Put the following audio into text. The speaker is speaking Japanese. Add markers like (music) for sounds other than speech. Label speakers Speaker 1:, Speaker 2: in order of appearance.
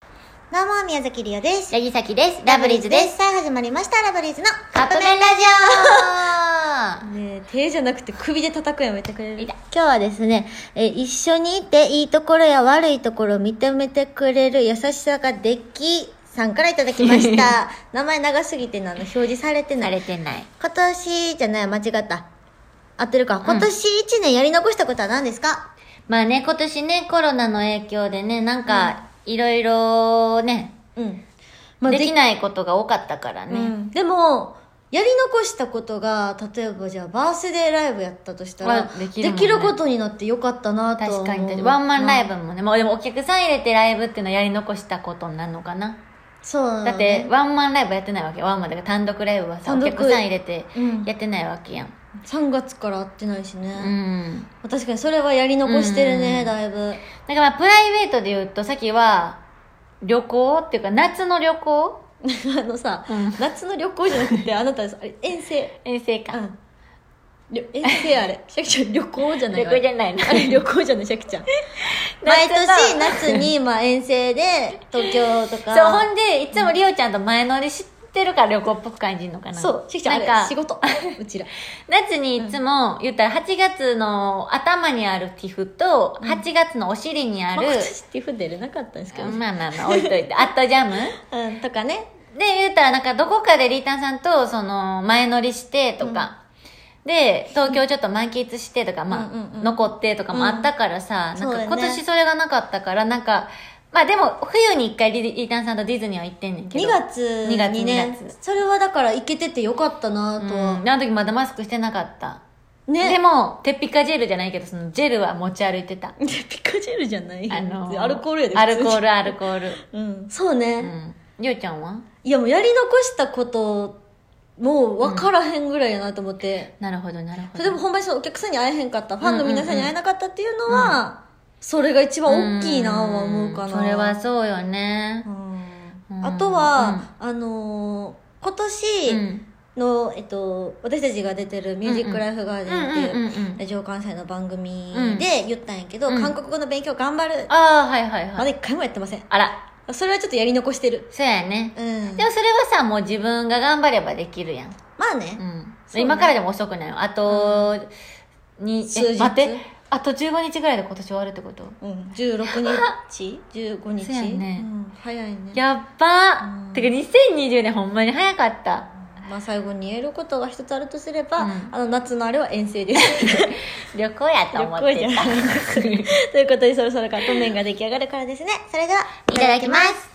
Speaker 1: どうも、宮崎りおです。
Speaker 2: ヤギサキです。ラブリーズです。
Speaker 1: さあ、始まりました、ラブリーズの
Speaker 2: カップ麺ラジオ
Speaker 1: ねえ、手じゃなくて首で叩くやめてく
Speaker 2: (laughs)
Speaker 1: れる
Speaker 2: 今日はですね、えー一緒にいていいところや悪いところを認めてくれる優しさができ
Speaker 1: さんからいただきま (laughs) した。名前長すぎてなの、表示されてな
Speaker 2: 慣
Speaker 1: い。
Speaker 2: れてない。
Speaker 1: 今年じゃない、間違った。合ってるか。
Speaker 2: ん
Speaker 1: 今年1年やり残したことは何ですか、
Speaker 2: まあね、今年ね、コロナの影響でね、なんか、いろいろね、
Speaker 1: うん。
Speaker 2: できないことが多かったからね。
Speaker 1: うんでも、やり残したことが、例えばじゃあ、バースデーライブやったとしたら、
Speaker 2: はできるもんね
Speaker 1: ことになってよかったなとは思
Speaker 2: 確
Speaker 1: う。
Speaker 2: かに。ワンマンライ
Speaker 1: ブ。
Speaker 2: ブもね、まあでもお客さん入れてライブっていうのはやり残したことになるのかな。
Speaker 1: そうなのね
Speaker 2: だって、ワンマンライブやってないわけ。ワンマンだから単独ライブはさ、お
Speaker 1: 単独
Speaker 2: 客さん入れて
Speaker 1: うん
Speaker 2: やってないわけやん。
Speaker 1: 3月から会ってないしね。
Speaker 2: うん。
Speaker 1: 確かにそれはやり残してるね、
Speaker 2: うん
Speaker 1: だいぶ。 (laughs)
Speaker 2: だからプライベートで言うとさっきは旅行っていうか夏の旅行
Speaker 1: あのさ、
Speaker 2: うん
Speaker 1: 夏の旅行じゃなくて、あなたです。あれ、遠征。
Speaker 2: 遠征
Speaker 1: う
Speaker 2: か、
Speaker 1: ん。りょ遠征あれ。シャキちゃん、旅行じゃない
Speaker 2: 旅行じゃないな
Speaker 1: あれ、旅行じゃない、シャキちゃん。毎年夏に、まあ、遠征で、東京と
Speaker 2: そ
Speaker 1: か。
Speaker 2: うほんでいつもリオちゃんと前乗りしてるから旅行っぽく感じるのかな
Speaker 1: そう、シャキちゃん、
Speaker 2: な
Speaker 1: あれ、
Speaker 2: ん
Speaker 1: 仕
Speaker 2: か
Speaker 1: 事。 (laughs) うちら。
Speaker 2: 夏にいつも言ったら8月の頭にあるティフと8月のお尻に (laughs) あ
Speaker 1: まあ、
Speaker 2: る、
Speaker 1: 今年ティフ出れなかったんですけど。うん、
Speaker 2: まあまあまあ置いといてアットジャム
Speaker 1: とかね。
Speaker 2: で言うたらなんかどこかでリータンさんとその前乗りしてとか、で東京ちょっと満喫してとか、まあ
Speaker 1: うんうんうん
Speaker 2: 残ってとかもあったからさ、
Speaker 1: うん
Speaker 2: な
Speaker 1: そ
Speaker 2: んか
Speaker 1: うだ
Speaker 2: 今
Speaker 1: ね
Speaker 2: 年それがなかったからなんかまあでも冬に一回リリータンさんとディズニーは行ってんねんけど
Speaker 1: 2月
Speaker 2: 2月
Speaker 1: にね
Speaker 2: 2月
Speaker 1: それはだから行けててよかったなと
Speaker 2: うん
Speaker 1: は、
Speaker 2: であの時まだマスクしてなかった、
Speaker 1: ね (laughs)
Speaker 2: でも鉄皮カジェルじゃないけどそのジェルは持ち歩いてた
Speaker 1: ピカジェルじゃない
Speaker 2: あの
Speaker 1: アルコールやで
Speaker 2: アルコー
Speaker 1: ル、
Speaker 2: ルアルコール
Speaker 1: うん、そうね、
Speaker 2: うんりょうちゃんはい
Speaker 1: やもうやり残したこともう分からへんぐらいやなと思って、
Speaker 2: なるほどなるほ
Speaker 1: それ
Speaker 2: ど
Speaker 1: でもほんまにそのお客さんに会えへんかったファンの皆さんに会えなかったっていうの
Speaker 2: うん
Speaker 1: は、それが一番大きいなは思うかな
Speaker 2: それはそうよね
Speaker 1: う
Speaker 2: うん
Speaker 1: んあとは、あのー今年の、えっと、私たちが出てる「ミュージックライフガーデン」っていう
Speaker 2: うんうんうんうんうん
Speaker 1: ラジオ関西の番組で言ったんやけど、
Speaker 2: うん
Speaker 1: 韓国語の勉強頑張る、
Speaker 2: ああはいはい
Speaker 1: ま
Speaker 2: は
Speaker 1: だ
Speaker 2: い
Speaker 1: 一回もやってません
Speaker 2: あら
Speaker 1: それはちょっとやり残してる
Speaker 2: そうやね
Speaker 1: うん
Speaker 2: でもそれはさもう自分が頑張ればできるやん、
Speaker 1: まあね、
Speaker 2: うん
Speaker 1: そうね
Speaker 2: 今からでも遅くないよあと、に
Speaker 1: 数
Speaker 2: え
Speaker 1: 日
Speaker 2: 待ってあと15日ぐらいで今年終わるってこと
Speaker 1: うん、16日
Speaker 2: (laughs)
Speaker 1: 15日
Speaker 2: そうやね
Speaker 1: うん、早いね
Speaker 2: やっば
Speaker 1: うん
Speaker 2: てか2020年ほんまに早かった
Speaker 1: まあ最後に言えることが一つあるとすれば、
Speaker 2: うん
Speaker 1: あの夏のあれは遠征です
Speaker 2: 旅行やと思ってた
Speaker 1: (laughs) ということでそろそろカップ麺が出来上がるからですねそれではい
Speaker 2: ただきます